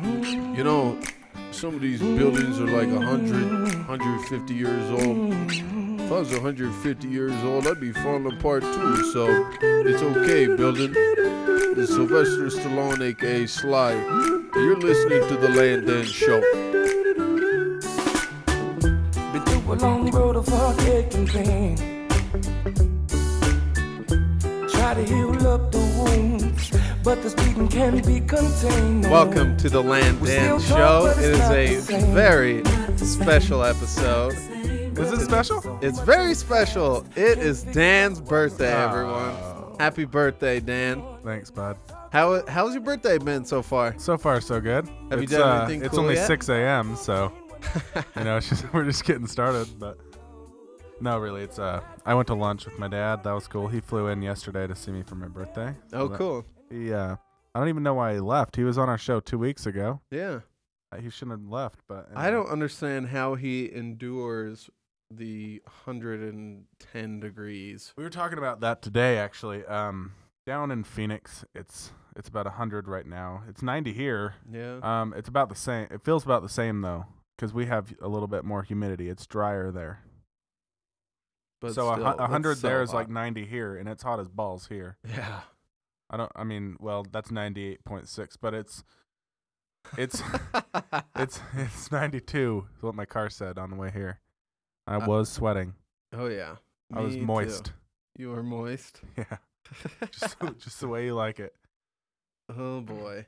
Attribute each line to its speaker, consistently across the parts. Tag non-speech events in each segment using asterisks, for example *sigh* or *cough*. Speaker 1: You know, some of these buildings are like 100, 150 years old. If I was 150 years old, I'd be falling apart too. So it's okay, building. This is Sylvester Stallone, aka Sly. You're listening to the Land End Show.
Speaker 2: Been through a long road of heartache and pain. Try to heal up the wounds, but this bleeding can be contained. No.
Speaker 3: Welcome to the Land Dan Show. It is a very special episode.
Speaker 4: Is it special?
Speaker 3: It's very special. It is Dan's birthday, everyone. Happy birthday, Dan.
Speaker 4: Ah, Thanks, bud.
Speaker 3: How how's your birthday been so far?
Speaker 4: So far, so good.
Speaker 3: Have you
Speaker 4: it's,
Speaker 3: done
Speaker 4: uh,
Speaker 3: anything
Speaker 4: It's
Speaker 3: cool
Speaker 4: only
Speaker 3: yet?
Speaker 4: 6 a.m.,
Speaker 3: *laughs*
Speaker 4: so you know it's just, *laughs* we're just getting started. But no, really, it's uh, I went to lunch with my dad. That was cool. He flew in yesterday to see me for my birthday.
Speaker 3: Oh,
Speaker 4: that-
Speaker 3: cool.
Speaker 4: He, uh, I don't even know why he left. He was on our show two weeks ago.
Speaker 3: Yeah.
Speaker 4: Uh, He shouldn't have left, but
Speaker 3: I
Speaker 4: anyway.
Speaker 3: don't understand how he endures the 110 degrees.
Speaker 4: We were talking about that today, actually. Um, down in Phoenix, it's it's about 100 right now. It's 90 here.
Speaker 3: Yeah.
Speaker 4: Um, it's about the same. It feels about the same though, because we have a little bit more humidity. It's drier there.
Speaker 3: But
Speaker 4: so a
Speaker 3: still,
Speaker 4: hu- a
Speaker 3: that's
Speaker 4: hundred
Speaker 3: so
Speaker 4: there is like
Speaker 3: hot.
Speaker 4: ninety here, and it's hot as balls here.
Speaker 3: Yeah.
Speaker 4: I don't. I mean, well, that's ninety eight point six, but it's
Speaker 3: *laughs*
Speaker 4: it's it's it's ninety two. Is what my car said on the way here. I
Speaker 3: Uh,
Speaker 4: was sweating.
Speaker 3: Oh yeah.
Speaker 4: I was
Speaker 3: Me too.
Speaker 4: moist.
Speaker 3: You were moist.
Speaker 4: *laughs* Yeah, just
Speaker 3: *laughs*
Speaker 4: just the way you like it.
Speaker 3: Oh boy.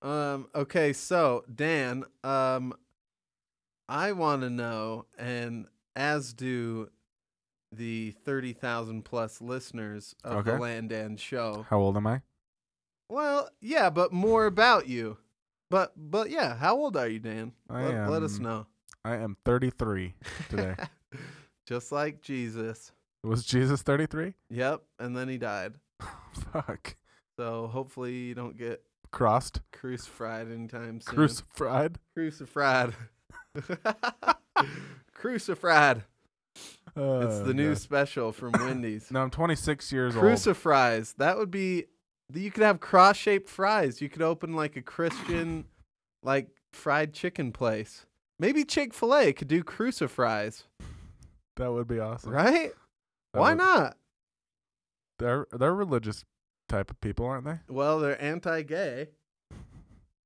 Speaker 3: Um okay, so Dan, um I want to know and as do the 30,000 plus listeners of the
Speaker 4: Okay.
Speaker 3: Land and show.
Speaker 4: How old am I?
Speaker 3: Well, yeah, but more about you. But but yeah, how old are you, Dan?
Speaker 4: I
Speaker 3: let, let us
Speaker 4: am
Speaker 3: know.
Speaker 4: I am thirty three
Speaker 3: *laughs*
Speaker 4: today.
Speaker 3: Just like Jesus.
Speaker 4: was Jesus thirty three?
Speaker 3: Yep, and then he died.
Speaker 4: Fuck.
Speaker 3: So hopefully you don't get
Speaker 4: Crossed,
Speaker 3: crucified anytime soon.
Speaker 4: crucified.
Speaker 3: Crucified. *laughs* Crucified. It's
Speaker 4: Oh,
Speaker 3: the new
Speaker 4: God. *laughs*
Speaker 3: special from Wendy's.
Speaker 4: No, I'm 26 years old.
Speaker 3: Crucifries. That would be. You could have cross-shaped fries. You could open like a Christian, like fried chicken place. Maybe Chick Fil A could do crucifries,
Speaker 4: That would be awesome.
Speaker 3: right?
Speaker 4: That
Speaker 3: Why
Speaker 4: would-
Speaker 3: not?
Speaker 4: They're they're religious type of people, aren't they?
Speaker 3: Well, they're anti-gay,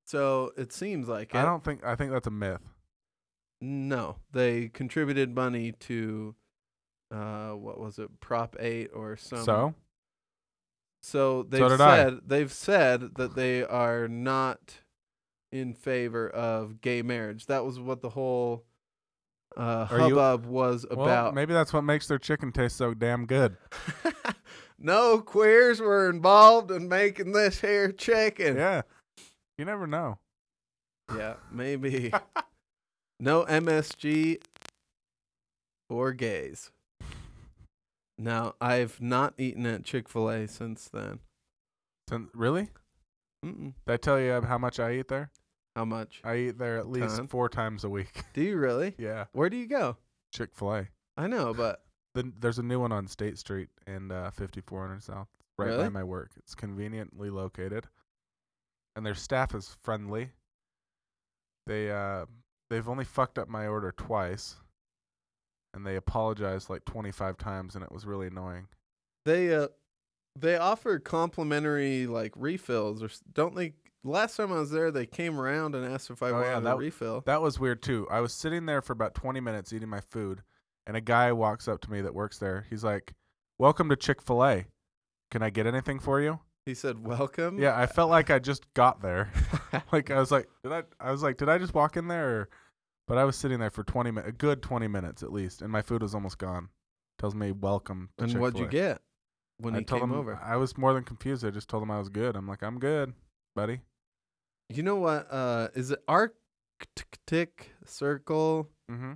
Speaker 3: so it seems like it.
Speaker 4: I don't think I think that's a myth.
Speaker 3: No, they contributed money to, uh, what was it, Prop Eight or some
Speaker 4: so
Speaker 3: So they've
Speaker 4: did I.
Speaker 3: said they've said that they are not in favor of gay marriage. That was what the whole uh,
Speaker 4: Are you-
Speaker 3: hubbub was
Speaker 4: well,
Speaker 3: about.
Speaker 4: maybe that's what makes their chicken taste so damn good.
Speaker 3: *laughs* no queers were involved in making this here chicken.
Speaker 4: Yeah, you never know.
Speaker 3: Yeah, maybe.
Speaker 4: *laughs*
Speaker 3: no MSG or gays. Now I've not eaten at Chick Fil A since then.
Speaker 4: Sin- really?
Speaker 3: Mm-mm.
Speaker 4: Did I tell you how much I eat there?
Speaker 3: How much?
Speaker 4: I eat there at least
Speaker 3: Ton.
Speaker 4: four times a week. *laughs*
Speaker 3: Do you really?
Speaker 4: yeah,
Speaker 3: Where do you go?
Speaker 4: Chick Fil A.
Speaker 3: I know, but
Speaker 4: Then there's a new one on State Street and uh, 5400 South, right by
Speaker 3: Really?
Speaker 4: my work. It's conveniently located, and their staff is friendly. They uh, they've only fucked up my order twice, and they apologized like 25 times, and it was really annoying.
Speaker 3: They uh, they offer complimentary like refills or s- don't they? Last time I was there, they came around and asked if I
Speaker 4: Oh,
Speaker 3: wanted
Speaker 4: yeah,
Speaker 3: a
Speaker 4: that-
Speaker 3: refill.
Speaker 4: That was weird too. I was sitting there for about 20 minutes eating my food, and a guy walks up to me that works there. He's like, "Welcome to Chick Fil A. Can I get anything for you?"
Speaker 3: he said, "Welcome."
Speaker 4: Yeah, *laughs* I felt like I just got there. *laughs* like I was like, did I? I was like, did I just walk in there? Or, but I was sitting there for twenty minutes, a good twenty minutes at least, and my food was almost gone. Tells me welcome. To
Speaker 3: *laughs* and what'd you
Speaker 4: Chick-fil-A."
Speaker 3: get when
Speaker 4: I
Speaker 3: he
Speaker 4: told
Speaker 3: came
Speaker 4: him- uh,
Speaker 3: over?
Speaker 4: I was more than confused. I just told him I was good. I'm like, I'm good, buddy.
Speaker 3: You know what? Uh, is it Arctic Circle?
Speaker 4: Mm-hmm.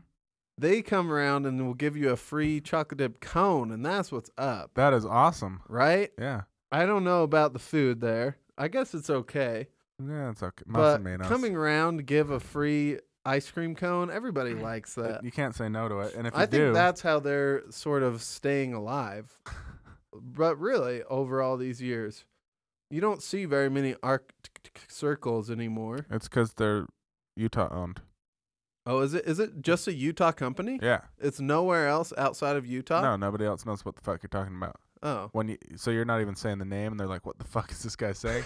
Speaker 3: They come around and will give you a free chocolate dip cone, and that's what's up,
Speaker 4: That is awesome.
Speaker 3: right?
Speaker 4: Yeah,
Speaker 3: I don't know about the food there. I guess it's okay,
Speaker 4: yeah, it's okay.
Speaker 3: but
Speaker 4: Mas and menos.
Speaker 3: coming around, give a free ice cream cone. Everybody likes
Speaker 4: It-
Speaker 3: that.
Speaker 4: you can't say no to it. And if you
Speaker 3: I think
Speaker 4: do,
Speaker 3: that's how they're sort of staying alive. but really, over all these years, You don't see very many Arctic circles anymore.
Speaker 4: It's because they're Utah owned.
Speaker 3: Oh, is it is it just a Utah company?
Speaker 4: Yeah.
Speaker 3: It's nowhere else outside of Utah.
Speaker 4: No, nobody else knows what the fuck you're talking about.
Speaker 3: Oh.
Speaker 4: When you, so you're not even saying the name, and they're like, "What the fuck is this guy
Speaker 3: *laughs*
Speaker 4: saying?"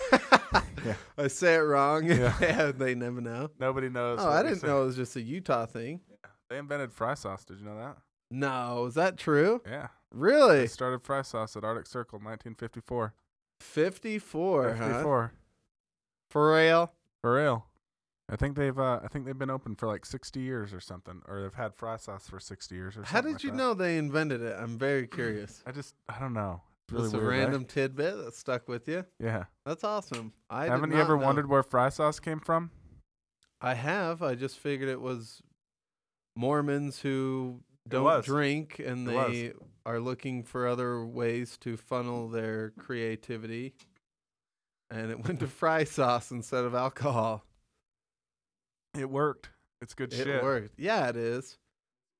Speaker 4: Yeah.
Speaker 3: I say it wrong.
Speaker 4: Yeah.
Speaker 3: *laughs* Yeah, they never know.
Speaker 4: Nobody knows.
Speaker 3: Oh,
Speaker 4: what
Speaker 3: I
Speaker 4: you're
Speaker 3: didn't
Speaker 4: saying.
Speaker 3: know it was just a Utah thing.
Speaker 4: They invented fry sauce. Did you know that?
Speaker 3: No, is that true?
Speaker 4: Yeah. They
Speaker 3: Really?
Speaker 4: started fry sauce at Arctic Circle in 1954.
Speaker 3: 54, huh?
Speaker 4: 54.
Speaker 3: For real?
Speaker 4: For real. I think they've uh, I think they've been open for like 60 years or something, or they've had fry sauce for 60 years or something.
Speaker 3: How
Speaker 4: like
Speaker 3: did you
Speaker 4: that.
Speaker 3: know they invented it? I'm very curious.
Speaker 4: I just I don't know. It's really
Speaker 3: Just a
Speaker 4: weird, right?
Speaker 3: random tidbit that stuck with you.
Speaker 4: Yeah.
Speaker 3: That's awesome. I did
Speaker 4: Haven't you
Speaker 3: not
Speaker 4: ever
Speaker 3: know.
Speaker 4: wondered where fry sauce came from?
Speaker 3: I have. I just figured it was Mormons who don't
Speaker 4: was.
Speaker 3: drink and
Speaker 4: It was.
Speaker 3: they are looking for other ways to funnel their creativity. And
Speaker 4: *laughs*
Speaker 3: it went to fry sauce instead of alcohol.
Speaker 4: It worked. It's good
Speaker 3: It
Speaker 4: shit.
Speaker 3: worked. Yeah, it is.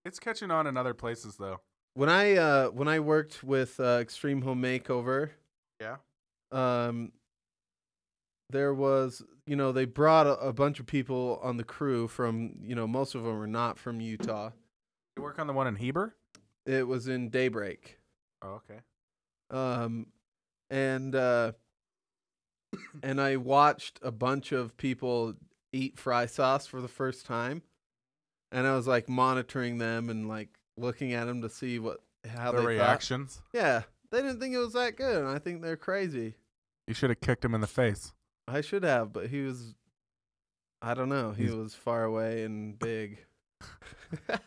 Speaker 4: It's catching on in other places though.
Speaker 3: When I uh when I worked with uh, Extreme Home Makeover,
Speaker 4: Yeah.
Speaker 3: um there was you know they brought a, a bunch of people on the crew from you know most of them were not from Utah.
Speaker 4: You work on the one in Heber?
Speaker 3: It was in Daybreak.
Speaker 4: Oh, okay.
Speaker 3: um, and uh, and I watched a bunch of people eat fry sauce for the first time, and I was like monitoring them and like looking at them to see what how
Speaker 4: the
Speaker 3: they
Speaker 4: reactions.
Speaker 3: Thought. Yeah, they didn't think it was that good, and I think they're crazy.
Speaker 4: You should have kicked him in the face.
Speaker 3: I should have, but he was, I don't know, he
Speaker 4: He's-
Speaker 3: was far away and big. *laughs*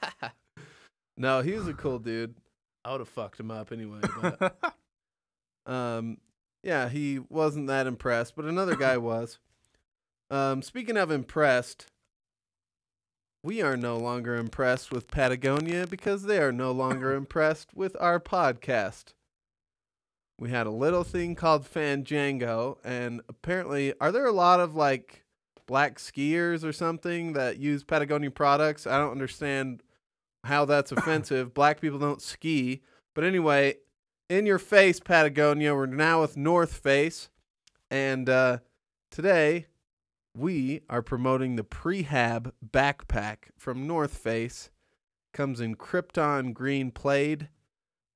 Speaker 3: no, he was a cool dude. I would have fucked him up anyway, but. Um, yeah, he wasn't that impressed, but another guy was. Um, speaking of impressed, we are no longer impressed with Patagonia because they are no longer impressed with our podcast. We had a little thing called Fandango, and apparently, are there a lot of like black skiers or something that use Patagonia products? I don't understand how that's offensive. black people don't ski. But anyway, in your face, Patagonia. We're now with North Face. And uh, today, we are promoting the prehab backpack from North Face. Comes in Krypton Green Plaid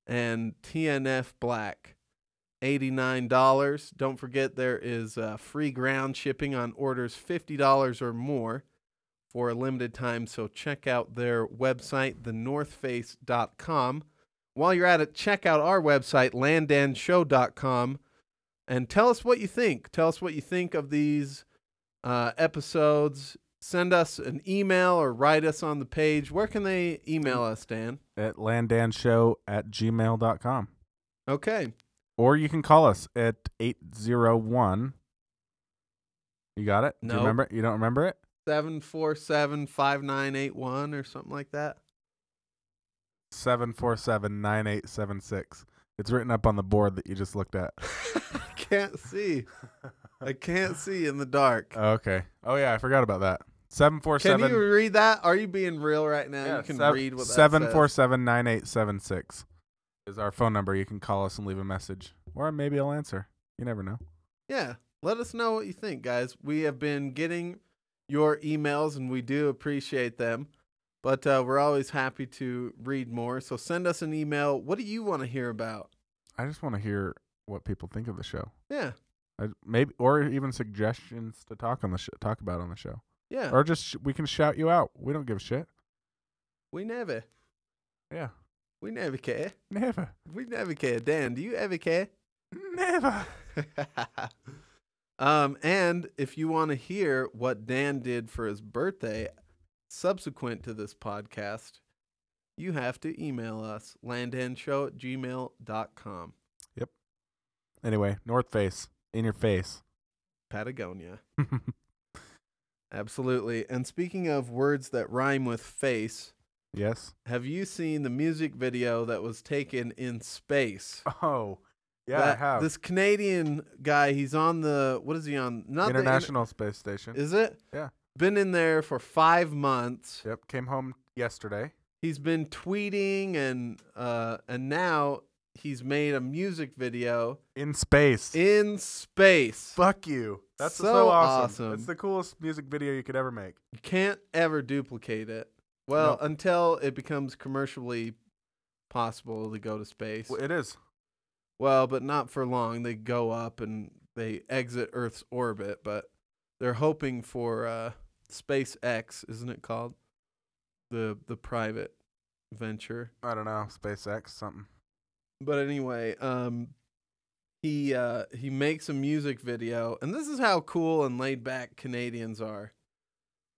Speaker 3: and TNF Black. $89. Don't forget there is uh, free ground shipping on orders $50 or more for a limited time. So check out their website, thenorthface.com. While you're at it, check out our website, landanshow.com, and tell us what you think. Tell us what you think of these uh, episodes. Send us an email or write us on the page. Where can they email us, Dan?
Speaker 4: *laughs* at landanshow at gmail.com.
Speaker 3: Okay.
Speaker 4: Or you can call us at 801. You got it? Do
Speaker 3: Nope.
Speaker 4: you remember it? You don't remember it?
Speaker 3: 747 5981 or something like that.
Speaker 4: 747 9876. It's written up on the board that you just looked at.
Speaker 3: I can't see. I can't see in the dark.
Speaker 4: Okay. Oh, yeah. I forgot about that.
Speaker 3: Can
Speaker 4: 747.
Speaker 3: you read that? Are you being real right now? you can read what that says.
Speaker 4: 747 9876 is our phone number. You can call us and leave a message. Or maybe I'll answer. You never know.
Speaker 3: Yeah. Let us know what you think, guys. We have been getting your emails and we do appreciate them. But uh, we're always happy to read more. So send us an email. What do you want to hear about?
Speaker 4: I just want to hear what people think of the show.
Speaker 3: Yeah.
Speaker 4: I, maybe or even suggestions to talk on the sh- talk about on the show
Speaker 3: Yeah.
Speaker 4: *laughs* or just sh- we can shout you out we don't give a shit
Speaker 3: we never.
Speaker 4: yeah
Speaker 3: We never care.
Speaker 4: never
Speaker 3: We never care. Dan, do you ever care? *laughs*
Speaker 4: never
Speaker 3: um, and if you want to hear what Dan did for his birthday subsequent to this podcast, you have to email us landandshow at gmail.com.
Speaker 4: anyway north face in your face *laughs*
Speaker 3: Patagonia. Absolutely. And speaking of words that rhyme with face,
Speaker 4: yes
Speaker 3: have you seen the music video that was taken in space?
Speaker 4: oh yeah
Speaker 3: That-
Speaker 4: i have
Speaker 3: This Canadian guy, he's on the, what is he on? Not the inter-
Speaker 4: international space station
Speaker 3: Is it?
Speaker 4: Yeah.
Speaker 3: Been in there for five months.
Speaker 4: yep came home yesterday
Speaker 3: He's been tweeting and uh and now he's made a music video
Speaker 4: in space.
Speaker 3: in space.
Speaker 4: Fuck you. That's so,
Speaker 3: So
Speaker 4: awesome.
Speaker 3: awesome.
Speaker 4: It's the coolest music video you could ever make.
Speaker 3: You can't ever duplicate it. Well,
Speaker 4: No.
Speaker 3: until it becomes commercially possible to go to space.
Speaker 4: Well, it is.
Speaker 3: Well, but not for long. They go up and they exit Earth's orbit, but they're hoping for uh, SpaceX, isn't it called? The the private venture.
Speaker 4: I don't know. SpaceX, something.
Speaker 3: But anyway, um, he uh, he makes a music video, and this is how cool and laid back Canadians are.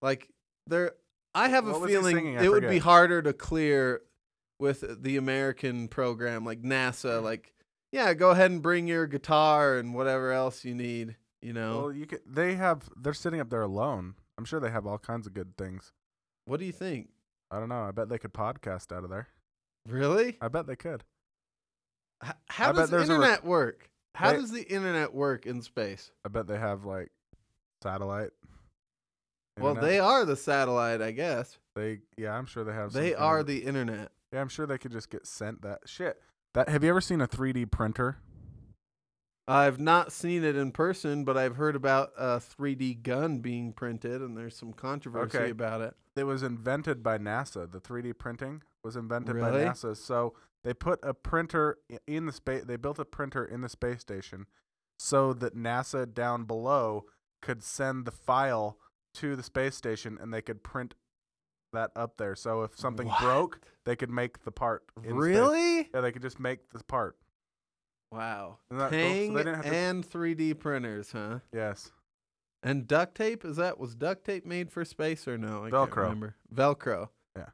Speaker 3: Like they're, I have
Speaker 4: What
Speaker 3: a
Speaker 4: was he
Speaker 3: feeling
Speaker 4: singing? I
Speaker 3: it would be
Speaker 4: forget.
Speaker 3: harder to clear with the American program, like NASA. Like, yeah, go ahead and bring your guitar and whatever else you need. You know,
Speaker 4: Well, you could. They have. They're sitting up there alone. I'm sure they have all kinds of good things.
Speaker 3: what do you think?
Speaker 4: I don't know. I bet they could podcast out of there.
Speaker 3: Really?
Speaker 4: I bet they could.
Speaker 3: H- how
Speaker 4: I bet
Speaker 3: does the
Speaker 4: there's a rec-
Speaker 3: internet work? How
Speaker 4: They-
Speaker 3: does the internet work in space?
Speaker 4: I bet they have like satellite.
Speaker 3: Well, they
Speaker 4: internet.
Speaker 3: are the satellite, I guess.
Speaker 4: They yeah, I'm sure they have. some
Speaker 3: They
Speaker 4: kind
Speaker 3: are
Speaker 4: of-
Speaker 3: the internet.
Speaker 4: Yeah, I'm sure they could just get sent that shit. That have you ever seen a 3D printer?
Speaker 3: I've not seen it in person, but I've heard about a 3D gun being printed, and there's some controversy
Speaker 4: Okay.
Speaker 3: about it.
Speaker 4: It was invented by NASA. The 3D printing was invented by
Speaker 3: Really?
Speaker 4: NASA. So they put a printer i- in the space. They built a printer in the space station, so that NASA down below could send the file to the space station, and they could print that up there. So if something broke, they could make the part. in space.
Speaker 3: Really?
Speaker 4: Yeah, they could just make the part.
Speaker 3: Wow.
Speaker 4: Isn't that cool? So
Speaker 3: Tang
Speaker 4: they didn't have to-
Speaker 3: and 3D printers, huh?
Speaker 4: Yes.
Speaker 3: And duct tape? Is that was duct tape made for space or no? I Can't
Speaker 4: Velcro.
Speaker 3: remember. Velcro.
Speaker 4: Yeah.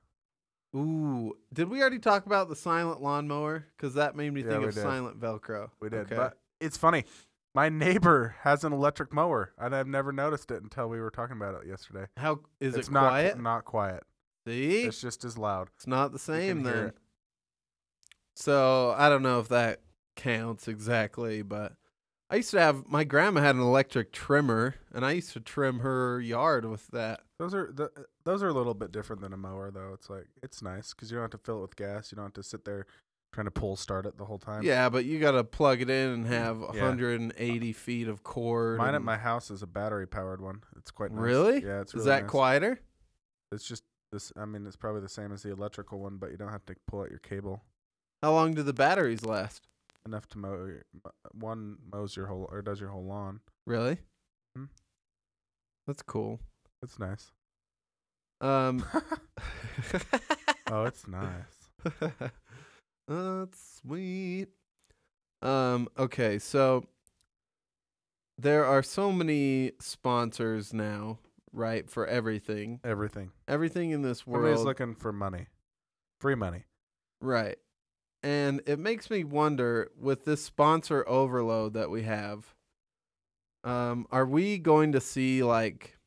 Speaker 3: Ooh, did we already talk about the silent lawnmower? Because that made me
Speaker 4: Yeah,
Speaker 3: think
Speaker 4: we
Speaker 3: of
Speaker 4: did.
Speaker 3: silent Velcro.
Speaker 4: We did.
Speaker 3: Okay.
Speaker 4: But it's funny. My neighbor *laughs* has an electric mower, and I've never noticed it until we were talking about it yesterday.
Speaker 3: How is
Speaker 4: it's
Speaker 3: it
Speaker 4: not
Speaker 3: quiet?
Speaker 4: Not quiet.
Speaker 3: See,
Speaker 4: It's just as loud.
Speaker 3: It's not the same
Speaker 4: can hear
Speaker 3: then.
Speaker 4: it.
Speaker 3: So I don't know if that counts exactly, but I used to have my grandma had an electric trimmer, and I used to trim her yard with that.
Speaker 4: Those are the, those are a little bit different than a mower, though. It's like it's nice because you don't have to fill it with gas. You don't have to sit there trying to pull start it the whole time.
Speaker 3: yeah, but you gotta plug it in and have
Speaker 4: Yeah.
Speaker 3: 180 feet of cord.
Speaker 4: Mine at
Speaker 3: and-
Speaker 4: my house is a battery powered one. It's quite nice.
Speaker 3: really?
Speaker 4: Yeah, it's
Speaker 3: is
Speaker 4: really
Speaker 3: that
Speaker 4: nice.
Speaker 3: quieter?
Speaker 4: It's just this. I mean, it's probably the same as the electrical one, but you don't have to pull out your cable
Speaker 3: How long do the batteries last?
Speaker 4: enough to mow. your- mo- One mows your whole or does your whole lawn.
Speaker 3: Really?
Speaker 4: Hmm.
Speaker 3: That's cool.
Speaker 4: It's
Speaker 3: *laughs*
Speaker 4: nice.
Speaker 3: Um,
Speaker 4: *laughs*
Speaker 3: *laughs*
Speaker 4: Oh, it's nice.
Speaker 3: *laughs* That's sweet. Um, okay, so there are so many sponsors now, right, for everything.
Speaker 4: Everything.
Speaker 3: Everything in this
Speaker 4: Everybody's
Speaker 3: world.
Speaker 4: looking for money, free money.
Speaker 3: right. And it makes me wonder with this sponsor overload that we have, um, are we going to see like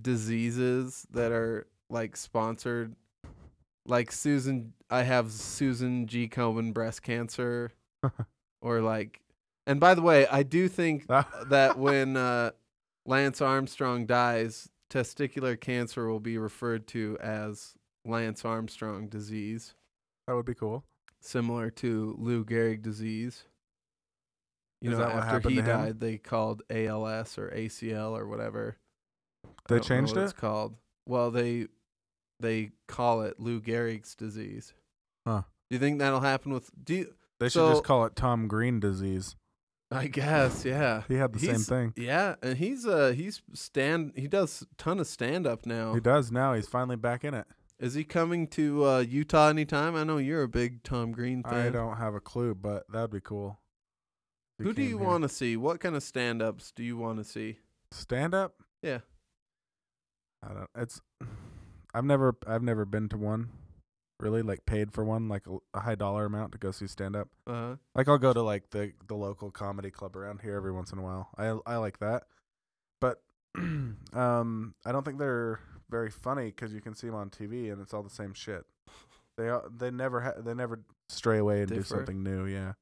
Speaker 3: diseases that are like sponsored? Like Susan, I have Susan G. Komen breast cancer. or like and by the way i do think *laughs* that when uh, lance armstrong dies testicular cancer will be referred to as lance armstrong disease
Speaker 4: *laughs* That would be cool.
Speaker 3: similar to lou gehrig disease you
Speaker 4: Is
Speaker 3: know
Speaker 4: that what
Speaker 3: after
Speaker 4: happened
Speaker 3: he
Speaker 4: to him?
Speaker 3: died they called als or acl or whatever I
Speaker 4: They
Speaker 3: don't know
Speaker 4: changed
Speaker 3: what
Speaker 4: it.
Speaker 3: it's called well they they call it lou gehrig's disease
Speaker 4: Huh.
Speaker 3: do you think that'll happen with do you,
Speaker 4: They should
Speaker 3: So-
Speaker 4: just call it Tom Green disease.
Speaker 3: i guess yeah
Speaker 4: He had the same
Speaker 3: He's-
Speaker 4: thing.
Speaker 3: Yeah, and he's uh he's stand he does ton of stand up now.
Speaker 4: He does now. He's finally back in it.
Speaker 3: Is he coming to uh Utah anytime? I know you're a big Tom Green fan.
Speaker 4: I don't have a clue, but that would be cool. If he
Speaker 3: Who do
Speaker 4: came
Speaker 3: you
Speaker 4: here.
Speaker 3: want to see? What kind of stand ups do you want to see?
Speaker 4: stand up?
Speaker 3: Yeah.
Speaker 4: I don't. It's. I've never. I've never been to one. Really, like paid for one, like a, a high dollar amount to go see stand up.
Speaker 3: Uh
Speaker 4: Like I'll go to like the the local comedy club around here every once in a while. I I like that, but *clears throat* um, I don't think they're very funny because you can see them on TV and it's all the same shit. They are they never ha- they never stray away and do
Speaker 3: Differ.
Speaker 4: something new. Yeah.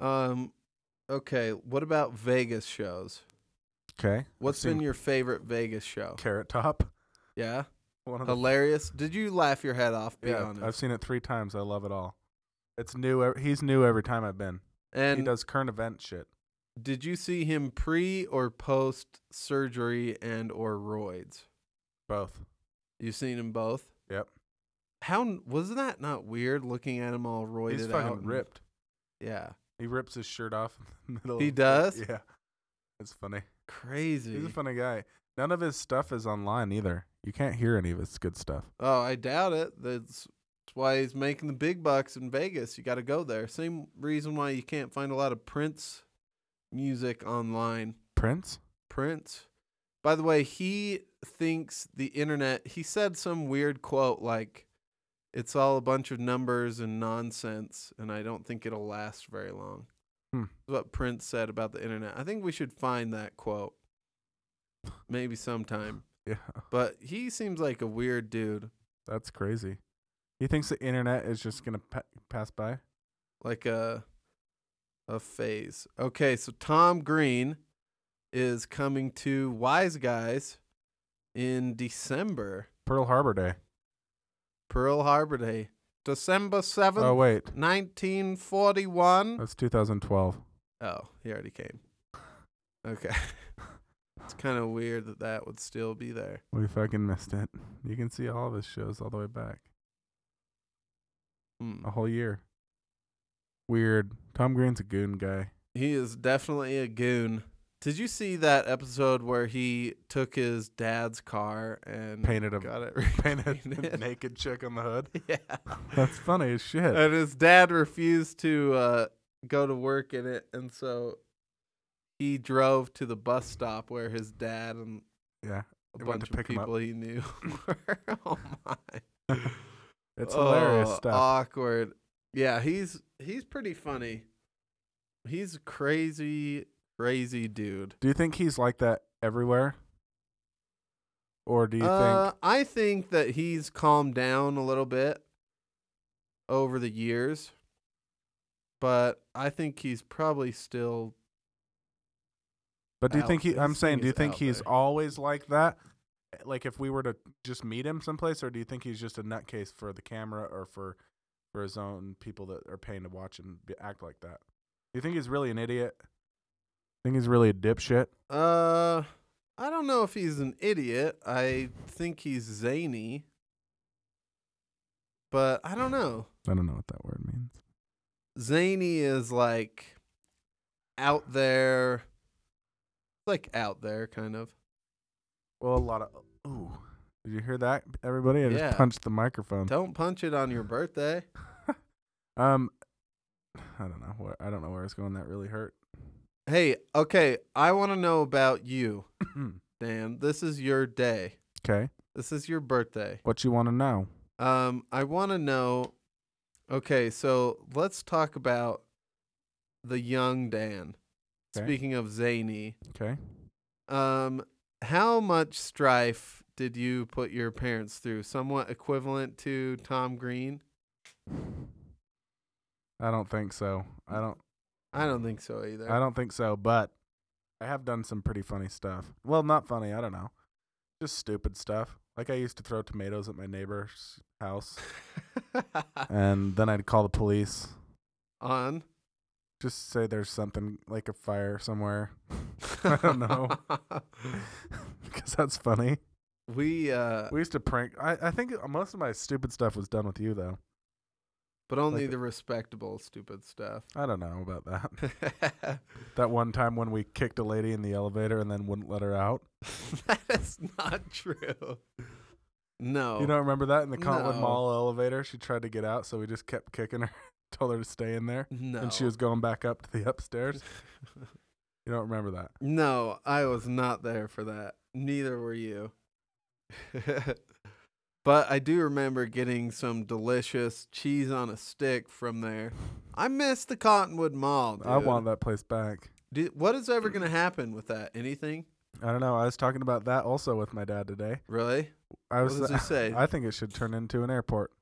Speaker 3: um okay, what about Vegas shows?
Speaker 4: Okay.
Speaker 3: What's been your favorite Vegas show?
Speaker 4: carrot top? *laughs*
Speaker 3: Yeah.
Speaker 4: One of the
Speaker 3: Hilarious. Did you laugh your head off? Be
Speaker 4: yeah.
Speaker 3: honest.
Speaker 4: I've seen it three times. I love it all. It's new. ev- He's new every time I've been. he
Speaker 3: And
Speaker 4: does current event shit.
Speaker 3: did you see him pre or post surgery and or roids?
Speaker 4: Both.
Speaker 3: You seen them both?
Speaker 4: Yep.
Speaker 3: How n- was that not weird looking at him all roided
Speaker 4: He's
Speaker 3: out?
Speaker 4: fucking
Speaker 3: and-
Speaker 4: ripped.
Speaker 3: Yeah,
Speaker 4: He rips his shirt off in the *laughs* middle.
Speaker 3: He
Speaker 4: of-
Speaker 3: does?
Speaker 4: Yeah. It's funny.
Speaker 3: crazy.
Speaker 4: He's a funny guy. None of his stuff is online either. You can't hear any of his good stuff.
Speaker 3: Oh, I doubt it. That's, that's why he's making the big bucks in Vegas. You got to go there. Same reason why you can't find a lot of Prince music online.
Speaker 4: Prince? *laughs*
Speaker 3: Prince. By the way, he thinks the internet, he said some weird quote like, it's all a bunch of numbers and nonsense, and I don't think it'll last very long.
Speaker 4: Hmm.
Speaker 3: That's what Prince said about the internet. I think we should find that quote maybe sometime.
Speaker 4: Yeah.
Speaker 3: But he seems like a weird dude,
Speaker 4: That's crazy. He thinks the internet is just going to pa- pass by.
Speaker 3: like a a phase. Okay, so Tom Green is coming to Wise Guys in December.
Speaker 4: Pearl Harbor Day.
Speaker 3: Pearl Harbor Day, December 7th,
Speaker 4: Oh,
Speaker 3: *laughs*
Speaker 4: wait. Oh.
Speaker 3: 1941.
Speaker 4: That's 2012.
Speaker 3: Oh, he already came. Okay. *laughs* it's kind of weird that that would still be there.
Speaker 4: We fucking missed it. You can see all of his shows all the way back.
Speaker 3: Hmm.
Speaker 4: A whole year. Weird. Tom Green's a goon guy.
Speaker 3: He is definitely a goon. Did you see that episode where he took his dad's car and
Speaker 4: Painted a
Speaker 3: got it
Speaker 4: *laughs*
Speaker 3: *laughs*
Speaker 4: painted
Speaker 3: repainted?
Speaker 4: naked chick on the
Speaker 3: *laughs*
Speaker 4: hood.
Speaker 3: yeah.
Speaker 4: That's funny as shit.
Speaker 3: and his dad refused to uh, go to work in it, and so he drove to the bus stop where his dad and
Speaker 4: yeah.
Speaker 3: a
Speaker 4: They went
Speaker 3: bunch
Speaker 4: to
Speaker 3: of
Speaker 4: pick 'em up.
Speaker 3: people he knew. *laughs* were. oh my!
Speaker 4: *laughs* It's hilarious
Speaker 3: *laughs* Oh,
Speaker 4: stuff.
Speaker 3: Awkward. Yeah, he's he's pretty funny. He's a crazy, crazy dude.
Speaker 4: Do you think he's like that everywhere? Or do you
Speaker 3: Uh,
Speaker 4: think
Speaker 3: I think that he's calmed down a little bit over the years, but I think he's probably still
Speaker 4: but do you
Speaker 3: out-
Speaker 4: think he
Speaker 3: I
Speaker 4: I'm
Speaker 3: just
Speaker 4: saying
Speaker 3: think
Speaker 4: do you
Speaker 3: he's
Speaker 4: think
Speaker 3: out
Speaker 4: he's
Speaker 3: there.
Speaker 4: always like that? Like if we were to just meet him someplace or do you think he's just a nutcase for the camera or for for his own people that are paying to watch him be, act like that? Do you think he's really an idiot? Think he's really a dipshit?
Speaker 3: Uh, I don't know if he's an idiot. I think he's zany. But I don't know.
Speaker 4: I don't know what that word means.
Speaker 3: Zany is like out there, like out there, kind of.
Speaker 4: Well, a lot of ooh. Did you hear that, everybody? I just
Speaker 3: uh, Yeah.
Speaker 4: punched the microphone.
Speaker 3: Don't punch it on your birthday.
Speaker 4: *laughs* Um, I don't know where I don't know where it's going. That really hurt.
Speaker 3: Hey, okay, I want to know about you, Dan. This is your day.
Speaker 4: Hmm, okay,
Speaker 3: This is your birthday.
Speaker 4: what you want to know?
Speaker 3: Um, I want to know. Okay, so let's talk about the young Dan.
Speaker 4: Okay.
Speaker 3: Speaking of zany,
Speaker 4: Okay,
Speaker 3: um, how much strife did you put your parents through? Somewhat equivalent to Tom Green.
Speaker 4: I don't think so. I don't.
Speaker 3: I don't think so either.
Speaker 4: I don't think so. But I have done some pretty funny stuff. Well, not funny. I don't know. Just stupid stuff. Like I used to throw tomatoes at my neighbor's house, *laughs* and then I'd call the police.
Speaker 3: *laughs* On.
Speaker 4: Just say there's something like a fire somewhere. *laughs* *laughs* I don't know. Because that's funny.
Speaker 3: *laughs* we uh,
Speaker 4: We used to prank. I, I think most of my stupid stuff was done with you, though.
Speaker 3: but only
Speaker 4: like-
Speaker 3: the respectable stupid stuff. *laughs*
Speaker 4: I don't know about that. *laughs* That one time when we kicked a lady in the elevator and then wouldn't let her out.
Speaker 3: that is not true. No.
Speaker 4: You don't remember that in the Cotwood
Speaker 3: Oh, No.
Speaker 4: Mall elevator? She tried to get out, so we just kept kicking her, *laughs* told her to stay in there,
Speaker 3: no.
Speaker 4: and she
Speaker 3: *laughs*
Speaker 4: was going back up to the *laughs* upstairs. you don't remember that?
Speaker 3: No, I was not there for that. Neither
Speaker 4: *laughs*
Speaker 3: were you. but I do remember getting some delicious cheese on a stick from there. I miss the Cottonwood Mall.
Speaker 4: I
Speaker 3: dude.
Speaker 4: want that place back.
Speaker 3: Do- what is ever going to happen with that? Anything?
Speaker 4: I don't know. I was talking about that also with my dad today.
Speaker 3: Really?
Speaker 4: I
Speaker 3: What
Speaker 4: was. *laughs*
Speaker 3: does it say?
Speaker 4: I think it should turn into an airport.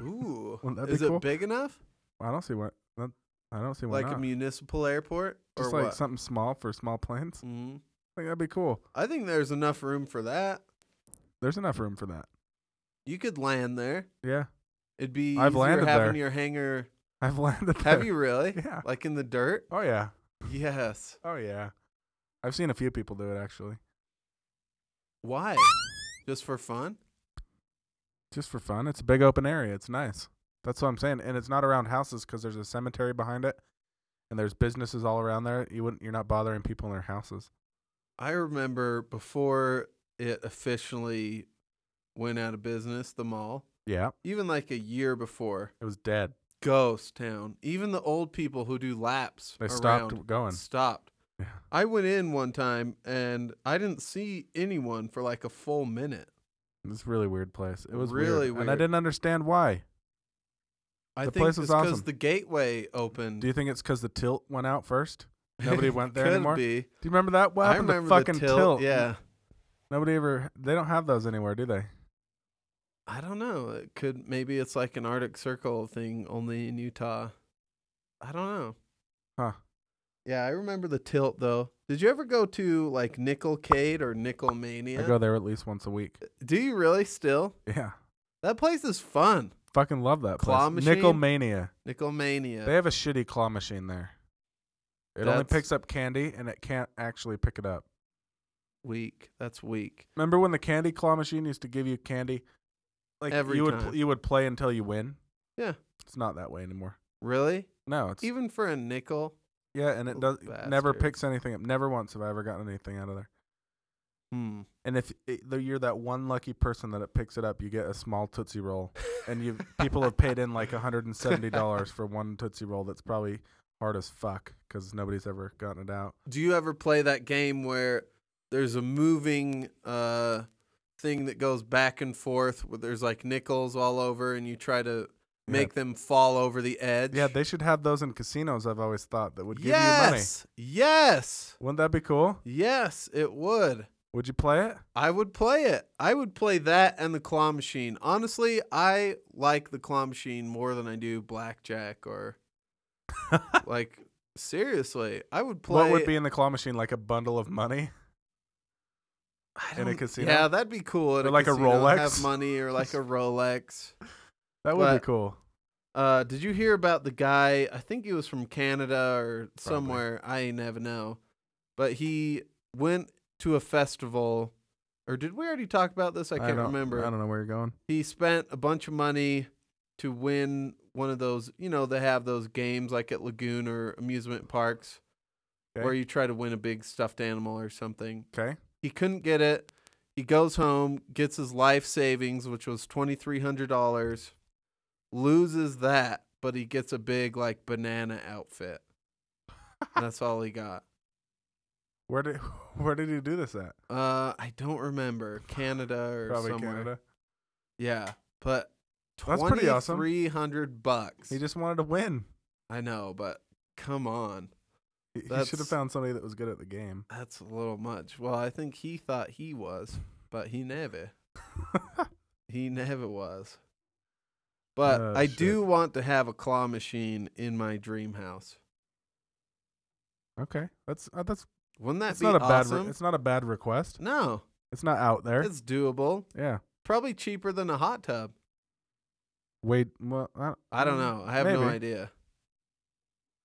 Speaker 3: Ooh.
Speaker 4: Wouldn't that be
Speaker 3: Is it
Speaker 4: cool?
Speaker 3: big enough?
Speaker 4: I don't see what. I don't see why
Speaker 3: Like
Speaker 4: not.
Speaker 3: a municipal airport or
Speaker 4: just like
Speaker 3: what?
Speaker 4: something small for small planes.
Speaker 3: Mhm.
Speaker 4: I think that'd be cool.
Speaker 3: I think there's enough room for that.
Speaker 4: There's enough room for that.
Speaker 3: You could land there.
Speaker 4: Yeah. *laughs*
Speaker 3: It'd be
Speaker 4: I've
Speaker 3: easier
Speaker 4: landed
Speaker 3: having
Speaker 4: there. *laughs*
Speaker 3: your hangar
Speaker 4: I've landed there.
Speaker 3: Have you really?
Speaker 4: *laughs* Yeah.
Speaker 3: Like in the dirt?
Speaker 4: Oh yeah.
Speaker 3: Yes.
Speaker 4: Oh yeah. I've seen a few people do it actually,
Speaker 3: Why? Just for fun?
Speaker 4: just for fun. It's a big open area. It's nice. That's what I'm saying. And it's not around houses because there's a cemetery behind it, and there's businesses all around there. You wouldn't. You're not bothering people in their houses.
Speaker 3: I remember before it officially went out of business, the mall,
Speaker 4: Yeah.
Speaker 3: even like a year before,
Speaker 4: It was dead.
Speaker 3: ghost town. Even the old people who do laps
Speaker 4: They
Speaker 3: around
Speaker 4: stopped going.
Speaker 3: stopped.
Speaker 4: Yeah.
Speaker 3: I went in one time and I didn't see anyone for like a full minute.
Speaker 4: It's a really weird place. It was
Speaker 3: Really
Speaker 4: weird, and I
Speaker 3: weird.
Speaker 4: didn't understand why.
Speaker 3: I
Speaker 4: The
Speaker 3: think
Speaker 4: place was
Speaker 3: it's because
Speaker 4: awesome.
Speaker 3: the gateway opened.
Speaker 4: Do you think it's because the tilt went out first? Nobody
Speaker 3: *laughs*
Speaker 4: went there
Speaker 3: Could
Speaker 4: anymore.
Speaker 3: Be.
Speaker 4: Do you remember that? What
Speaker 3: I
Speaker 4: happened
Speaker 3: remember
Speaker 4: to fucking
Speaker 3: the tilt. Yeah.
Speaker 4: Nobody ever. They don't have those anywhere, do they?
Speaker 3: I don't know. It could maybe it's like an Arctic Circle thing only in Utah. I don't know.
Speaker 4: Huh.
Speaker 3: Yeah, I remember the tilt though. Did you ever go to like Nickelcade or Nickelmania?
Speaker 4: I go there at least once a week.
Speaker 3: Do you really still?
Speaker 4: Yeah.
Speaker 3: That place is fun.
Speaker 4: Fucking love that
Speaker 3: Claw
Speaker 4: place.
Speaker 3: machine?
Speaker 4: Nickelmania.
Speaker 3: Nickelmania.
Speaker 4: They have a shitty claw machine there. It only
Speaker 3: That's-
Speaker 4: picks up candy and it can't actually pick it up.
Speaker 3: weak. That's weak.
Speaker 4: Remember when the candy claw machine used to give you candy? Like
Speaker 3: Every
Speaker 4: you would
Speaker 3: time.
Speaker 4: you would play until you win.
Speaker 3: Yeah.
Speaker 4: It's not that way anymore.
Speaker 3: Really?
Speaker 4: No, it's
Speaker 3: Even Oh, for a nickel?
Speaker 4: yeah, and it does never
Speaker 3: Bastard.
Speaker 4: picks anything up. Never once have I ever gotten anything out of there.
Speaker 3: Hmm. *laughs*
Speaker 4: And if it, though you're that one lucky person that it picks it up, you get a small tootsie roll, and you people have paid in like $170 for one tootsie roll that's probably hard as fuck because nobody's ever gotten it out.
Speaker 3: Do you ever play that game where there's a moving uh thing that goes back and forth where there's like nickels all over and you try to
Speaker 4: Yeah.
Speaker 3: make them fall over the edge?
Speaker 4: Yeah, they should have those in casinos. I've always thought that would give you money.
Speaker 3: yes. Yes.
Speaker 4: Wouldn't that be cool?
Speaker 3: Yes, it would.
Speaker 4: Would you play
Speaker 3: *laughs*
Speaker 4: it?
Speaker 3: I would play it. I would play that and the claw machine. Honestly, I like the claw machine more than I do blackjack or like seriously. I would play
Speaker 4: What would be in the claw machine? Like a bundle of money?
Speaker 3: I
Speaker 4: in a
Speaker 3: don't-
Speaker 4: casino?
Speaker 3: Yeah, that'd be cool. at
Speaker 4: Or like a
Speaker 3: casino,
Speaker 4: Rolex?
Speaker 3: have money or like
Speaker 4: *laughs*
Speaker 3: a Rolex.
Speaker 4: That would
Speaker 3: But-
Speaker 4: be cool.
Speaker 3: Uh, did you hear about the guy? I think he was from Canada or somewhere. I never know. But he went to a festival, or did we already talk about this? I can't
Speaker 4: don't-
Speaker 3: remember.
Speaker 4: I don't know where you're going.
Speaker 3: he spent a bunch of money to win one of those you know they have those games like at lagoon or amusement parks
Speaker 4: Okay.
Speaker 3: where you try to win a big stuffed animal or something
Speaker 4: Okay.
Speaker 3: he couldn't get it he goes home gets his life savings which was $2300 loses that but he gets a big like banana
Speaker 4: *laughs*
Speaker 3: outfit *laughs* that's all he got
Speaker 4: Where did *laughs* where did he do this at?
Speaker 3: uh i don't remember canada or
Speaker 4: Probably
Speaker 3: somewhere
Speaker 4: Canada.
Speaker 3: yeah but
Speaker 4: That's pretty awesome.
Speaker 3: 2300 bucks
Speaker 4: He just wanted to win.
Speaker 3: I know, but come on.
Speaker 4: He- He
Speaker 3: That's-
Speaker 4: should have found somebody that was good at the game. *laughs*
Speaker 3: That's a little much. Well, I think he thought he was, but he never. He *laughs* never was. But
Speaker 4: Oh,
Speaker 3: I
Speaker 4: shit.
Speaker 3: do want to have a claw machine in my dream house.
Speaker 4: okay, that's uh, that's
Speaker 3: Wouldn't that
Speaker 4: it's
Speaker 3: be
Speaker 4: not a
Speaker 3: awesome?
Speaker 4: bad re- it's not a bad request.
Speaker 3: no,
Speaker 4: It's not out there.
Speaker 3: it's doable.
Speaker 4: yeah,
Speaker 3: Probably cheaper than a hot tub.
Speaker 4: wait. Well, I,
Speaker 3: I don't know. I have no
Speaker 4: Mm, Maybe.
Speaker 3: idea.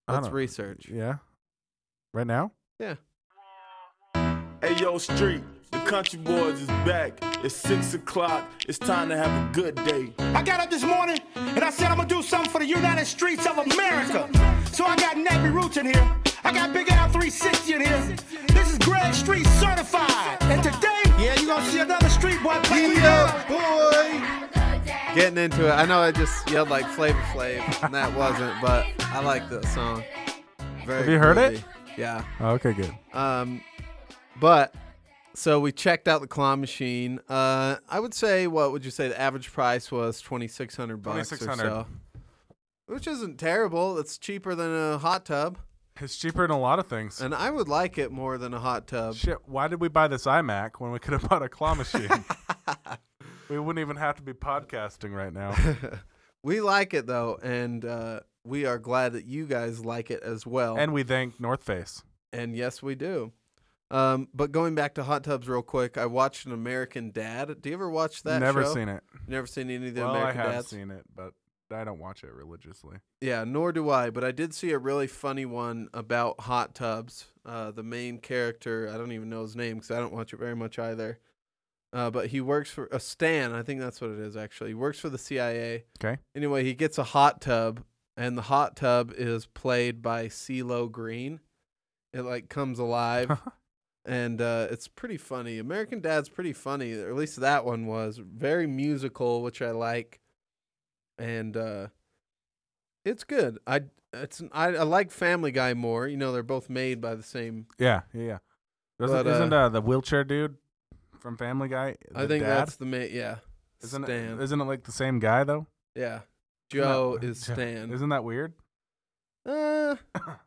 Speaker 4: I
Speaker 3: Let's
Speaker 4: don't-
Speaker 3: research.
Speaker 4: Yeah, right now.
Speaker 3: Yeah.
Speaker 5: Hey yo, street, the country boys is back. It's six o'clock. It's time to have a good day.
Speaker 6: I got up this morning and I said I'm gonna do something for the United Streets of America. So I got Nappy Roots in here. I got Big Al 360 in here. This is Greg Street certified. And today, yeah, you're gonna see another street boy play.
Speaker 3: Yeah, boy. Getting into it. I know I just yelled like Flavor Flav, and that wasn't, but I like that song. Very
Speaker 4: Have you heard it?
Speaker 3: groovy. Yeah.
Speaker 4: Oh, okay, good.
Speaker 3: Um, but so we checked out the claw machine. Uh, I would say, what would you say the average price was? Twenty six hundred bucks or
Speaker 4: 2600.
Speaker 3: so, which isn't terrible. It's cheaper than a hot tub,
Speaker 4: It's cheaper than a lot of things.
Speaker 3: and uh, I would like it more than a
Speaker 4: *laughs*
Speaker 3: hot tub.
Speaker 4: Shit, why did we buy this iMac when we could have *laughs* bought a claw
Speaker 3: *laughs*
Speaker 4: machine? we wouldn't even have to be podcasting right now.
Speaker 3: we like it though, and uh, we are glad that you guys like it as *laughs* well.
Speaker 4: and we thank North Face.
Speaker 3: And yes, we do. Um, but going back to hot tubs real quick, I watched an American Dad. Do you ever watch that?
Speaker 4: Never
Speaker 3: show?
Speaker 4: seen it.
Speaker 3: Never seen any of the
Speaker 4: well,
Speaker 3: American
Speaker 4: I have
Speaker 3: Dads.
Speaker 4: seen it, but I don't watch it religiously.
Speaker 3: Yeah, nor do I, but I did see a really funny one about hot tubs. Uh, the main character, I don't even know his name because I don't watch it very much either. Uh, but he works for a Stan, I think that's what it is actually. He works for the CIA.
Speaker 4: Okay.
Speaker 3: Anyway, he gets a hot tub, and the hot tub is played by CeeLo Green. It like comes alive, and uh, it's pretty funny. American Dad's pretty funny, or at least that one was very musical, which I like, and uh, it's good. I it's I, I like Family Guy more. You know, they're both made by the same.
Speaker 4: *laughs* yeah, yeah, yeah. Doesn't,
Speaker 3: But, uh,
Speaker 4: isn't uh, the wheelchair dude from Family Guy?
Speaker 3: I
Speaker 4: the
Speaker 3: think
Speaker 4: dad?
Speaker 3: that's the main. Yeah,
Speaker 4: isn't
Speaker 3: Stan.
Speaker 4: It, isn't it like the same guy though?
Speaker 3: yeah,
Speaker 4: Isn't
Speaker 3: Joe
Speaker 4: that- *laughs*
Speaker 3: is
Speaker 4: Yeah.
Speaker 3: Stan.
Speaker 4: Isn't that weird?
Speaker 3: Uh,
Speaker 4: *coughs*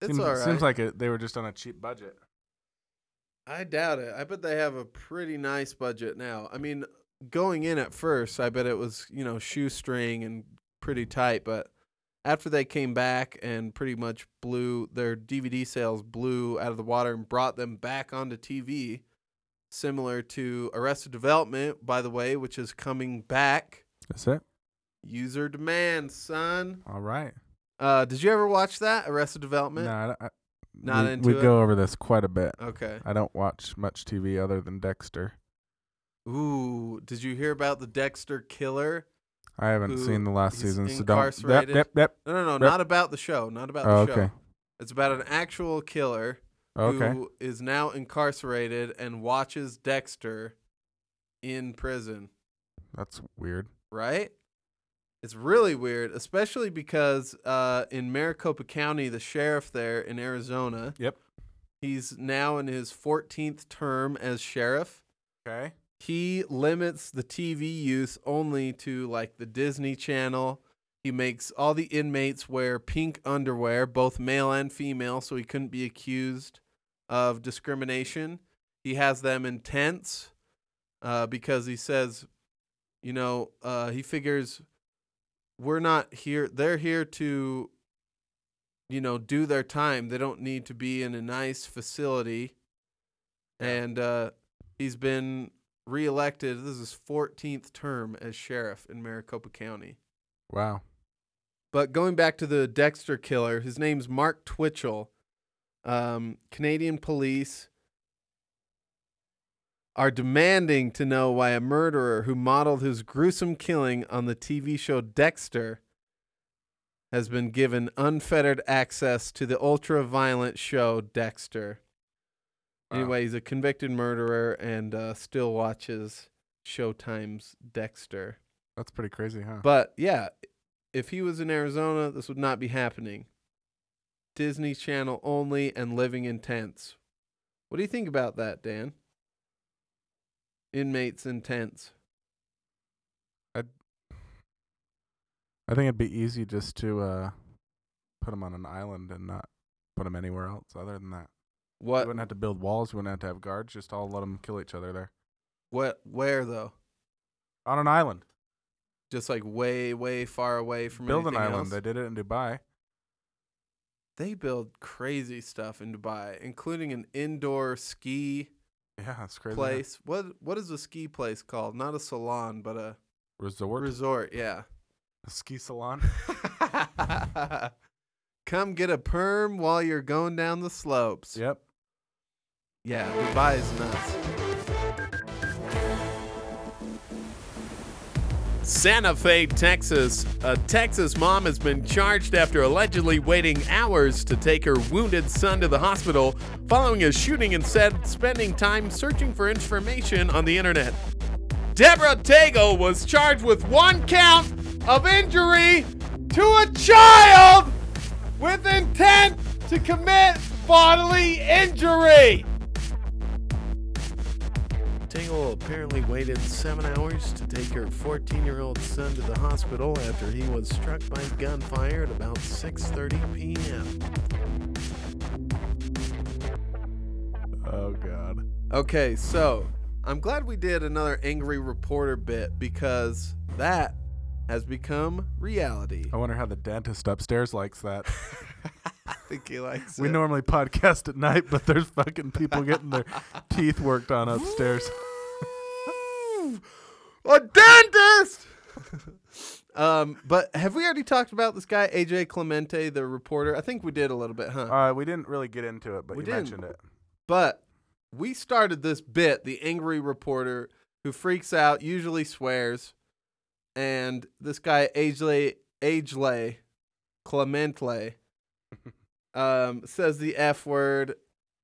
Speaker 3: it's
Speaker 4: seems,
Speaker 3: all right.
Speaker 4: Seems like it, they were just on a cheap budget.
Speaker 3: I doubt it. I bet they have a pretty nice budget now. I mean, going in at first, I bet it was, you know, shoestring and pretty tight, but after they came back and pretty much blew their DVD sales blew out of the water and brought them back onto TV, similar to Arrested Development, by the way, which is coming back.
Speaker 4: That's it.
Speaker 3: User demand, son.
Speaker 4: All right.
Speaker 3: Uh, did you ever watch that Arrested Development?
Speaker 4: No, I, don't- I,
Speaker 3: Not
Speaker 4: we,
Speaker 3: into
Speaker 4: we
Speaker 3: it?
Speaker 4: go over this quite a bit.
Speaker 3: Okay.
Speaker 4: I don't watch much TV other than Dexter.
Speaker 3: Ooh, did you hear about the Dexter killer?
Speaker 4: I haven't
Speaker 3: Who
Speaker 4: seen the last
Speaker 3: is
Speaker 4: season, so don't. Yep,
Speaker 3: incarcerated.
Speaker 4: yep, yep.
Speaker 3: No, no, no,
Speaker 4: Rep-
Speaker 3: not about the show. Not about
Speaker 4: Oh,
Speaker 3: the
Speaker 4: okay.
Speaker 3: show. It's about an actual killer
Speaker 4: Okay.
Speaker 3: who is now incarcerated and watches Dexter in prison,
Speaker 4: That's weird.
Speaker 3: right? It's really weird, especially because uh, in Maricopa County, the sheriff there in Arizona,
Speaker 4: Yep.
Speaker 3: he's now in his 14th term as sheriff.
Speaker 4: Okay.
Speaker 3: he limits the TV use only to like the Disney Channel. He makes all the inmates wear pink underwear, both male and female, so he couldn't be accused of discrimination. He has them in tents uh, because he says, you know, uh, he figures we're not here, they're here to, you know, do their time. They don't need to be in a nice facility. And uh, he's been reelected. This is his 14th term as sheriff in Maricopa County.
Speaker 4: Wow.
Speaker 3: But going back to the Dexter killer, his name's Mark Twitchell. Um, Canadian police are demanding to know why a murderer who modeled his gruesome killing on the TV show Dexter has been given unfettered access to the ultra violent show Dexter.
Speaker 4: Wow.
Speaker 3: Anyway, he's a convicted murderer and uh, still watches Showtime's Dexter.
Speaker 4: That's pretty crazy, huh?
Speaker 3: But yeah, if he was in Arizona, this would not be happening. Disney Channel only and living in tents. What do you think about that, Dan? Inmates in tents.
Speaker 4: I think it'd be easy just to uh, put them on an island and not put them anywhere else other than that. We
Speaker 3: What?
Speaker 4: wouldn't have to build walls. We wouldn't have to have guards. Just all let them kill each other there
Speaker 3: What? Where though?
Speaker 4: on an island.
Speaker 3: Just like way, way far away from
Speaker 4: build an
Speaker 3: anything
Speaker 4: island.
Speaker 3: else?
Speaker 4: They did it in Dubai.
Speaker 3: They build crazy stuff in Dubai, including an indoor ski
Speaker 4: Yeah, it's crazy. huh?
Speaker 3: place. What? What is a ski place called? Not a salon, but a
Speaker 4: Resort.
Speaker 3: resort. Yeah. *laughs*
Speaker 4: a ski salon. *laughs*
Speaker 3: Come get a perm while you're going down the slopes.
Speaker 4: yep.
Speaker 3: Yeah, Dubai is nuts. Santa Fe, Texas. A Texas mom has been charged after allegedly waiting hours to take her wounded son to the hospital following a shooting and said spending time searching for information on the internet. Deborah Tago was charged with one count of injury to a child with intent to commit bodily injury. Tingle apparently waited seven hours to take her 14-year-old son to the hospital after he was struck by gunfire at about 6:30 p.m.
Speaker 4: Oh God.
Speaker 3: Okay, so I'm glad we did another angry reporter bit because that has become reality.
Speaker 4: I wonder how the dentist upstairs likes
Speaker 3: *laughs*
Speaker 4: that.
Speaker 3: I think he likes
Speaker 4: We
Speaker 3: *laughs* it.
Speaker 4: normally podcast at night, but there's fucking people getting
Speaker 3: *laughs*
Speaker 4: their teeth worked on upstairs.
Speaker 3: a dentist. *laughs* um, but have we already talked about this guy AJ Clemente, the reporter? I think we did a little bit, huh?
Speaker 4: Uh, we didn't really get into it, but
Speaker 3: We
Speaker 4: you
Speaker 3: didn't.
Speaker 4: mentioned it.
Speaker 3: But we started this bit, the angry reporter who freaks out, usually swears, and this guy Ajley Ajley
Speaker 4: *laughs*
Speaker 3: Clemente um, says the F word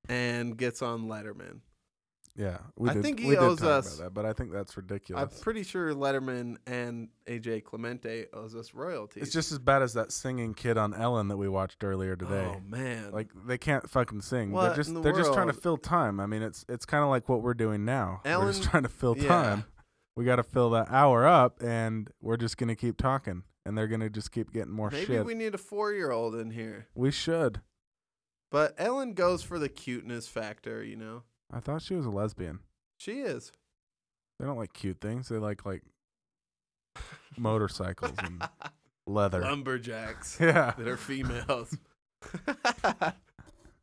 Speaker 3: and gets on Letterman.
Speaker 4: Yeah, we
Speaker 3: I
Speaker 4: did,
Speaker 3: think E uh, he
Speaker 4: we did
Speaker 3: owes
Speaker 4: talk about
Speaker 3: us-
Speaker 4: that, but I think that's
Speaker 3: I'm
Speaker 4: ridiculous.
Speaker 3: pretty sure Letterman and AJ Clemente owes us royalties.
Speaker 4: It's just as bad as that singing kid on Ellen that we watched earlier today.
Speaker 3: oh man,
Speaker 4: like they can't fucking sing.
Speaker 3: What
Speaker 4: they're just
Speaker 3: in the
Speaker 4: they're just trying to
Speaker 3: world?
Speaker 4: fill time. I mean, it's it's kind of like what we're doing now. we're just
Speaker 3: Ellen-
Speaker 4: trying to fill
Speaker 3: yeah.
Speaker 4: time. We got to fill that hour up, and we're just gonna keep talking, and they're gonna just keep getting more
Speaker 3: maybe
Speaker 4: shit.
Speaker 3: we need a four-year-old in here.
Speaker 4: we should.
Speaker 3: But Ellen goes for the cuteness factor, you know.
Speaker 4: I thought she was a lesbian.
Speaker 3: She is. *laughs*
Speaker 4: They don't like cute things. They like like motorcycles
Speaker 3: *laughs*
Speaker 4: and leather.
Speaker 3: lumberjacks
Speaker 4: *laughs* yeah.
Speaker 3: that
Speaker 4: *laughs*
Speaker 3: are females.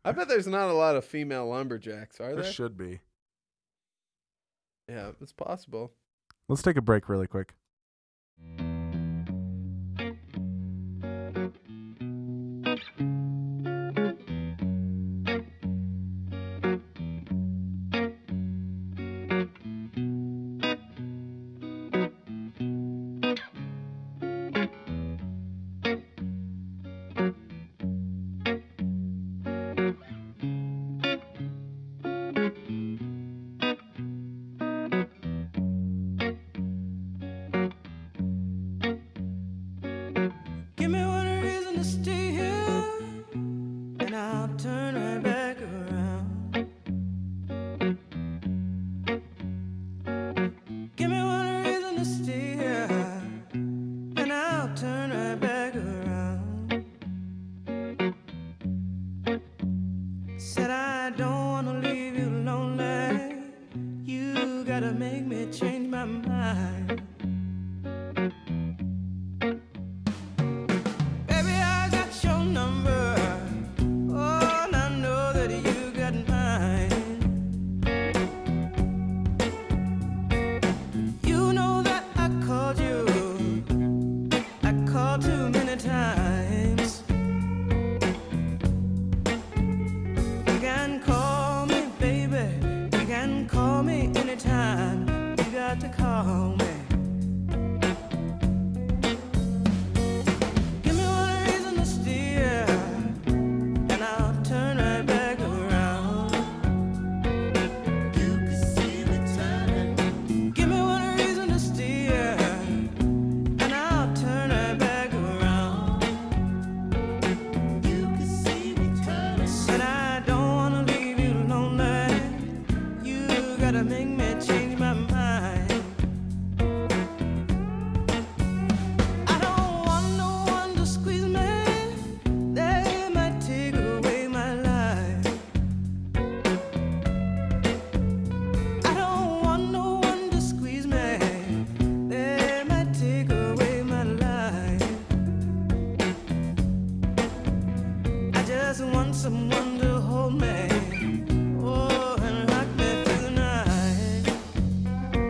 Speaker 3: I bet there's not a lot of female lumberjacks, are
Speaker 4: There
Speaker 3: there?
Speaker 4: should be.
Speaker 3: Yeah, it's possible.
Speaker 4: Let's take a break really quick.
Speaker 7: Give me one reason to stay here, and I'll turn right back around. Give me one reason to stay here, and I'll turn right back around. Said I don't wanna leave you lonely. You gotta make me change my mind. Baby, I got your number. Oh, and I know that you got mine. You know that I called you. I called too many times. You can call me, baby. You can call me anytime. You got to call me. Give me one reason to steer, and I'll turn right back around. You can see me turning. Give me one reason to steer, and I'll turn right back around. You can see me turning. Said I don't wanna leave you lonely. You gotta make me change my mind. I don't want no one to squeeze me. They might take away my life. I don't want no one to squeeze me. They might take away my life. I just want someone to hold me. Oh, and rock me through the night. Oh,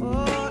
Speaker 7: Oh, Oh, Oh,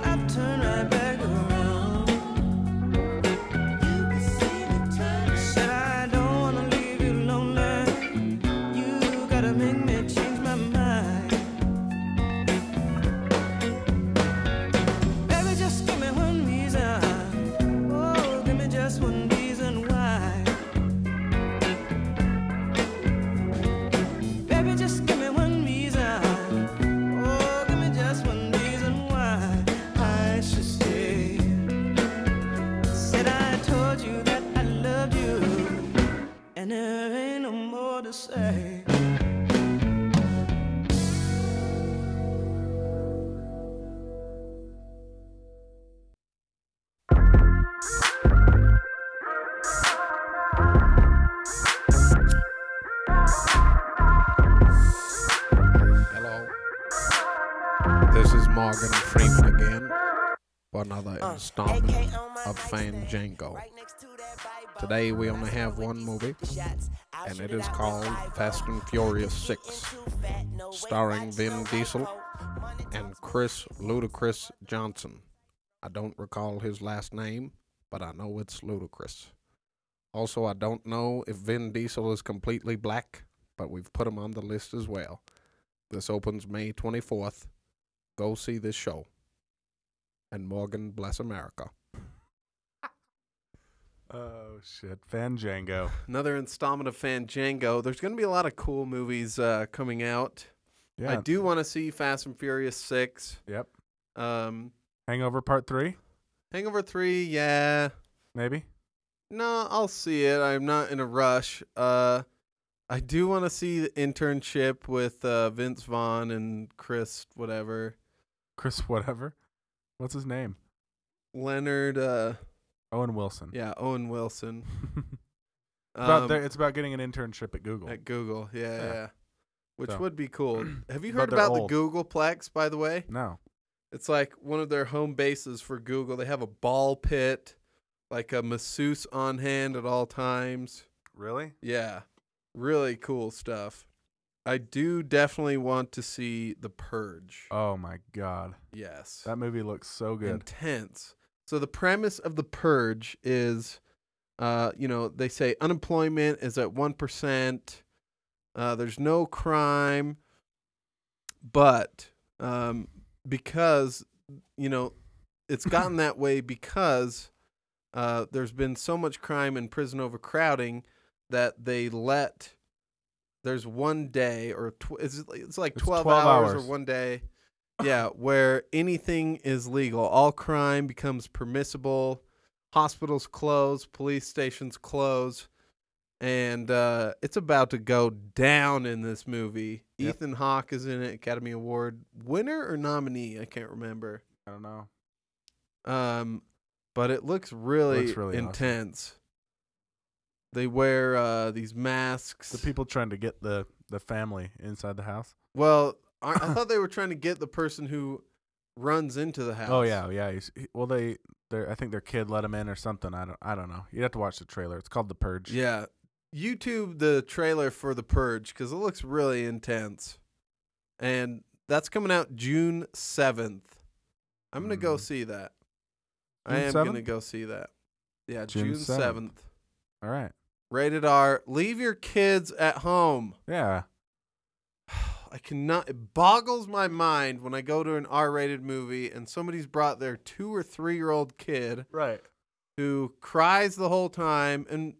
Speaker 1: But another
Speaker 8: Uh,
Speaker 1: installment
Speaker 8: AK on my
Speaker 1: of Fandango.
Speaker 8: Right next to that Bible.
Speaker 1: Today we only have one movie,
Speaker 8: Shots. I'll
Speaker 1: and
Speaker 8: shoot
Speaker 1: it is
Speaker 8: out with
Speaker 1: called
Speaker 8: five
Speaker 1: Fast and Furious 6,
Speaker 8: too fat, no way,
Speaker 1: starring
Speaker 8: watch
Speaker 1: Vin
Speaker 8: no
Speaker 1: Diesel
Speaker 8: repo. Money
Speaker 1: and Chris Ludacris Johnson. I don't recall his last name, but I know it's Ludacris. Also, I don't know if Vin Diesel is completely black, but we've put him on the list as well. This opens May 24th. Go see this show. And Morgan bless America.
Speaker 4: Oh shit, Fandango.
Speaker 3: Another installment of Fandango. There's going to be a lot of cool movies uh, coming out.
Speaker 4: *laughs*
Speaker 3: I
Speaker 4: Yeah.
Speaker 3: do want to see Fast and Furious 6.
Speaker 4: Yep.
Speaker 3: Um,
Speaker 4: Hangover Part Three,
Speaker 3: Hangover 3, yeah.
Speaker 4: maybe. *laughs*
Speaker 3: No, I'll see it. I'm not in a rush. Uh, I do want to see the internship with uh, Vince Vaughn and Chris, whatever.
Speaker 4: Chris, whatever. What's his name?
Speaker 3: Leonard, uh,
Speaker 4: Owen Wilson. *laughs*
Speaker 3: yeah, Owen Wilson.
Speaker 4: about
Speaker 3: Um,
Speaker 4: their- it's about getting an internship at Google.
Speaker 3: At Google, yeah,
Speaker 4: Yeah.
Speaker 3: yeah. Which
Speaker 4: So.
Speaker 3: would
Speaker 4: *clears throat*
Speaker 3: be cool. Have you
Speaker 4: But
Speaker 3: heard
Speaker 4: they're
Speaker 3: about
Speaker 4: old.
Speaker 3: the Googleplex, by the way?
Speaker 4: no.
Speaker 3: It's like one of their home bases for Google. They have a ball pit, like a masseuse on hand at all times.
Speaker 4: Really?
Speaker 3: Yeah. Really cool stuff. I do definitely want to see The Purge.
Speaker 4: Oh my god.
Speaker 3: yes.
Speaker 4: That movie looks so good.
Speaker 3: Intense. So the premise of The Purge is uh, you know, they say unemployment is at 1%. Uh, there's no crime. But um, because, you know, it's gotten that way because uh, there's been so much crime and prison overcrowding that they let there's one day or tw- it's, it's like
Speaker 4: It's
Speaker 3: 12,
Speaker 4: 12
Speaker 3: hours,
Speaker 4: hours.
Speaker 3: or
Speaker 4: *laughs*
Speaker 3: one day yeah where anything is legal all crime becomes permissible hospitals close police stations close and uh, it's about to go down in this movie
Speaker 4: Yep.
Speaker 3: ethan hawke is in it academy award winner or nominee i can't remember
Speaker 4: I don't know.
Speaker 3: um, but it looks really,
Speaker 4: Looks really awesome.
Speaker 3: intense. They wear uh, these masks.
Speaker 4: The people trying to get the the family inside the house.
Speaker 3: Well, I,
Speaker 4: *laughs*
Speaker 3: I thought they were trying to get the person who runs into the house.
Speaker 4: Oh yeah, yeah. He's, he, well, they, they, I think their kid let him in or something. I don't, I don't know. You'd have to watch the trailer. It's called The Purge.
Speaker 3: yeah. YouTube the trailer for The Purge because it looks really intense, and that's coming out June seventh. I'm gonna go
Speaker 4: Mm.
Speaker 3: see that. I
Speaker 4: June
Speaker 3: am
Speaker 4: 7th?
Speaker 3: gonna go see that. Yeah,
Speaker 4: June
Speaker 3: June
Speaker 4: 7th.
Speaker 3: seventh.
Speaker 4: All right.
Speaker 3: Rated R. Leave your kids at home.
Speaker 4: Yeah.
Speaker 3: I cannot. It boggles my mind when I go to an R-rated movie and somebody's brought their two or three-year-old kid
Speaker 4: Right.
Speaker 3: who cries the whole time, and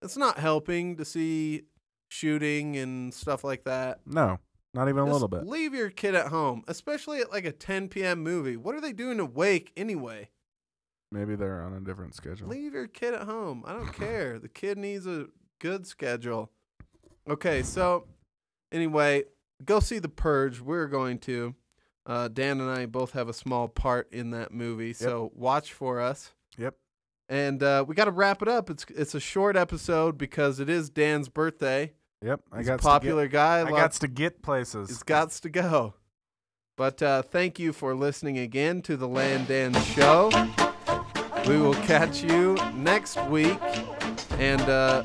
Speaker 3: it's not helping to see shooting and stuff like that.
Speaker 4: No, not even a
Speaker 3: Just
Speaker 4: little bit.
Speaker 3: Leave your kid at home, especially at like a 10 p.m. movie. What are they doing awake anyway?
Speaker 4: Maybe they're on a different schedule.
Speaker 3: Leave your kid at home. I don't care. The kid needs a good schedule. Okay, so anyway, go see The Purge. We're going to. Uh, Dan and I both have a small part in that movie, so watch for us.
Speaker 4: Yep.
Speaker 3: And uh, we got to wrap it up. It's it's a short episode because it is Dan's birthday.
Speaker 4: Yep. I
Speaker 3: He's
Speaker 4: got
Speaker 3: a popular guy.
Speaker 4: I got
Speaker 3: lots-
Speaker 4: to get places.
Speaker 3: it's gots to go. But uh, thank you for listening again to the Land Dan Show. We will catch you next week. And uh,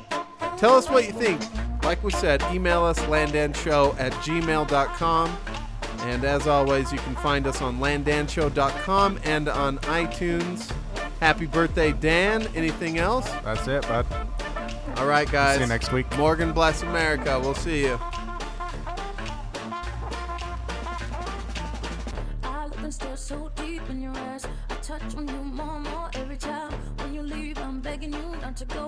Speaker 3: tell us what you think. Like we said, email us landanshow at gmail.com. And as always, you can find us on landanshow.com and on iTunes. Happy birthday, Dan. Anything else?
Speaker 4: That's it, bud.
Speaker 3: All right, guys.
Speaker 4: See you next week.
Speaker 3: Morgan bless America. We'll see you.
Speaker 9: I look and stare so deep in your eyes. I touch on you more and more every time. When you leave, I'm begging you not to go.